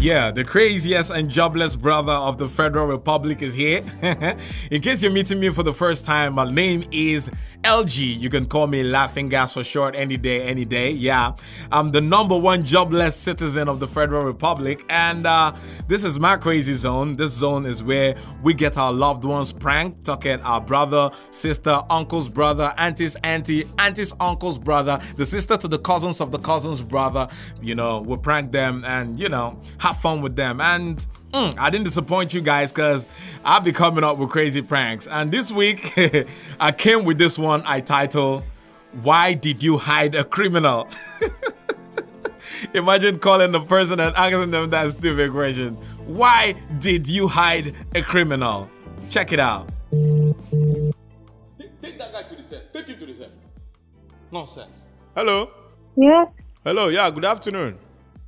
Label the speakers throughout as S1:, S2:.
S1: Yeah, the craziest and jobless brother of the Federal Republic is here. In case you're meeting me for the first time, my name is LG. You can call me Laughing Gas for short any day, any day. Yeah, I'm the number one jobless citizen of the Federal Republic, and uh, this is my crazy zone. This zone is where we get our loved ones pranked, talking our brother, sister, uncle's brother, auntie's auntie, auntie's uncle's brother, the sister to the cousins of the cousin's brother. You know, we prank them and, you know, have fun with them. And mm, I didn't disappoint you guys because I'll be coming up with crazy pranks. And this week, I came with this one I title, Why Did You Hide a Criminal? Imagine calling the person and asking them that stupid question. Why did you hide a criminal? Check it out.
S2: Take, take that guy to the cell. Take him to the cell. Nonsense.
S3: Hello.
S4: Yes,
S3: Hello. Yeah. Good afternoon.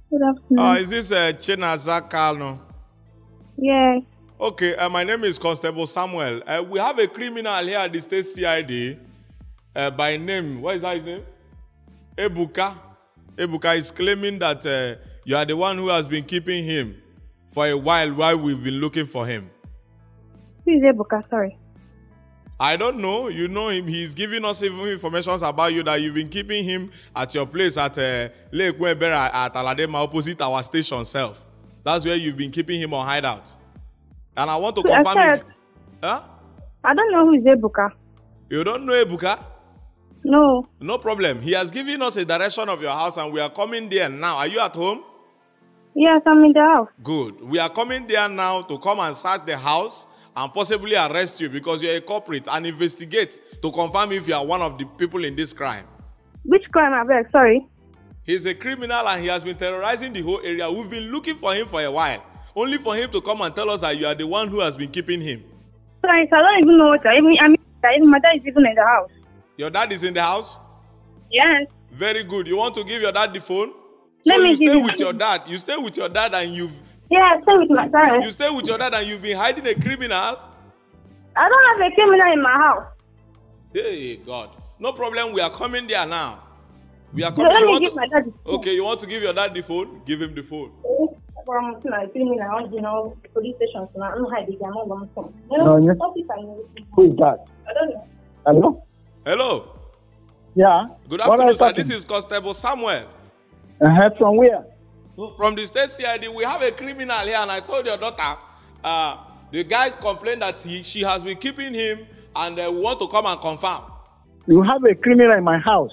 S4: good afternoon.
S3: Uh, is this uh, Chinaza Kalno?
S4: yes,
S3: Okay. Uh, my name is Constable Samuel. Uh, we have a criminal here at the state CID uh, by name. What is that his name? Ebuka. Ebuka is claiming that uh, you are the one who has been keeping him for a while while we've been looking for him.
S4: who is Ebuka? Sorry.
S3: I don't know. You know him. He's giving us even information about you that you've been keeping him at your place at uh, Lake Webera at Aladema opposite our station self. That's where you've been keeping him on hideout. And I want to
S4: I
S3: confirm if...
S4: said-
S3: Huh?
S4: I don't know who is Ebuka.
S3: You don't know Ebuka?
S4: No,
S3: No problem. He has given us a direction of your house and we are coming there now. Are you at home?
S4: yes, I'm in the house.
S3: Good. We are coming there now to come and search the house and possibly arrest you because you're a culprit and investigate to confirm if you are one of the people in this crime.
S4: Which crime, I beg? Sorry.
S3: He's a criminal and he has been terrorizing the whole area. We've been looking for him for a while, only for him to come and tell us that you are the one who has been keeping him.
S4: Sorry, so I don't even know what I even. I mean, I even- my dad is even in the house.
S3: Your dad is in the house?
S4: Yes.
S3: Very good. You want to give your dad the phone?
S4: Let
S3: so
S4: me
S3: you
S4: give
S3: stay
S4: you-
S3: with your dad. You stay with your dad and you've
S4: Yeah, I stay with my
S3: you
S4: parents.
S3: stay with your dad and you've been hiding a criminal.
S4: I don't have a criminal in my house.
S3: Hey God. No problem. We are coming there now. We are
S4: So
S3: coming.
S4: let
S3: You
S4: me
S3: want
S4: give
S3: to-
S4: my dad. the phone.
S3: okay, you want to give your dad the phone? Give him the phone.
S4: From my criminal, I want Um, to know police stations now. I'm hiding. I'm not going to.
S5: No, you-
S4: What if I know?
S5: Who is that?
S4: I don't know.
S5: Hello?
S3: Hello.
S5: Yeah.
S3: Good
S5: What are
S3: afternoon,
S5: you
S3: sir.
S5: talking?
S3: This is Constable Samuel.
S5: Uh-huh, from where?
S3: from the state CID, we have a criminal here, and I told your daughter, uh, the guy complained that he, she has been keeping him, and uh, we want to come and confirm.
S5: You have a criminal in my house.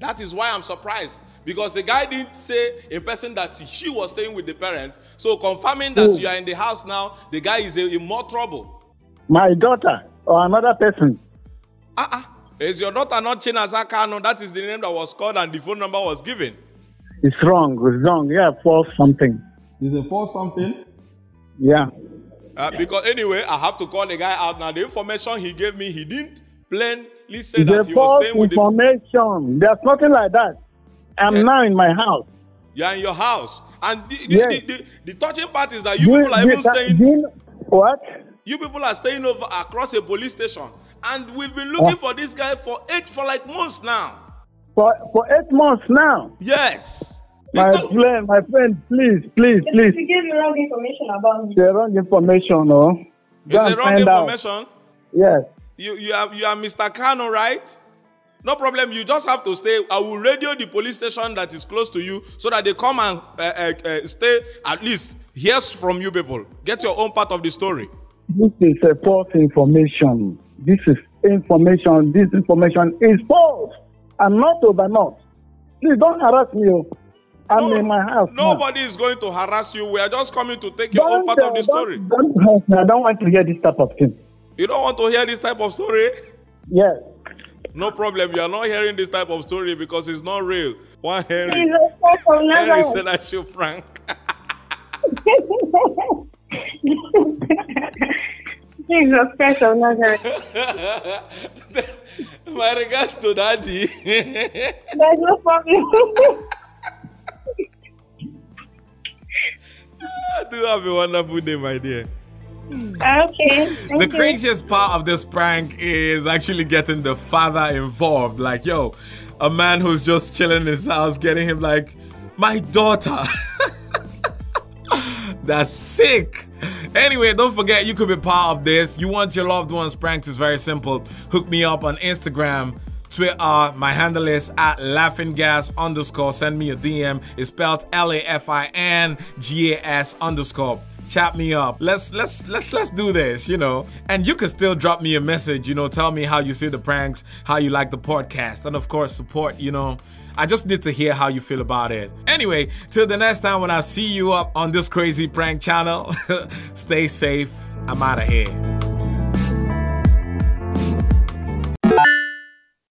S3: That is why I'm surprised because the guy didn't say in person that she was staying with the parent. So confirming that
S2: Oh.
S5: Who?
S3: you are in the house now, the guy is in in more trouble.
S5: My daughter or another person.
S3: Ah ah, is your daughter not Chinazakano? That is the name that was called and the phone number was given.
S5: It's wrong. It's wrong. Yeah, false something.
S2: Is it for something?
S5: Yeah.
S3: Uh, Because anyway, I have to call the guy out now. The information he gave me, he didn't plainly say
S5: It's a
S3: that he was
S5: false
S3: staying with the
S5: information. There's nothing like that. I'm
S3: Yeah.
S5: now in my house.
S3: you are in your house and the the,
S5: Yes.
S3: the, the, the touching part is that you people are even staying
S5: you- what?
S3: you people are staying over across a police station and we've been looking
S5: Ah.
S3: for this guy for eight for like months now
S5: For, for eight months now.
S3: yes
S5: My
S3: It's not-
S5: friend, my friend, please, please, please.
S4: You gave me wrong information about me.
S5: The wrong information, no? Go
S3: it's
S5: and
S3: the wrong
S5: find out.
S3: information
S5: Yes.
S3: you you are you are mr kano right no problem you just have to stay i will radio the police station that is close to you so that they come and uh, uh, uh, stay at least hears from you people get your own part of the story
S5: This is a false information. This is information. This information is false. I'm not over not. Please don't harass me. oh. I'm in my house. now.
S3: Nobody is going to harass you. We are just coming to take your own part
S5: uh,
S3: of the story.
S5: Don't, don't harass me. I don't want to hear this type of thing.
S3: You don't want to hear this type of story?
S5: Yes.
S3: No problem. You are not hearing this type of story because it's not real. One
S4: Please
S3: Henry.
S4: respect from
S3: Henry
S4: Nazareth.
S3: said I should prank.
S4: Jesus Christ of Nazareth.
S3: My regards to daddy.
S4: There's no problem.
S3: Do have a wonderful day, my dear.
S4: okay. Thank you.
S1: the craziest part of this prank is actually getting the father involved. Like, yo, a man who's just chilling in his house, getting him like, my daughter. That's sick. Anyway, don't forget you could be part of this. You want your loved ones pranked is very simple. Hook me up on Instagram, Twitter. uh, My handle is at laughing gas underscore. Send me a DM. It's spelled L A F I N G A S underscore. Chat me up. Let's let's let's let's do this, you know. And you can still drop me a message, you know. Tell me how you see the pranks, how you like the podcast, and of course support, you know. I just need to hear how you feel about it. Anyway, till the next time when I see you up on this crazy prank channel, stay safe. I'm out of here.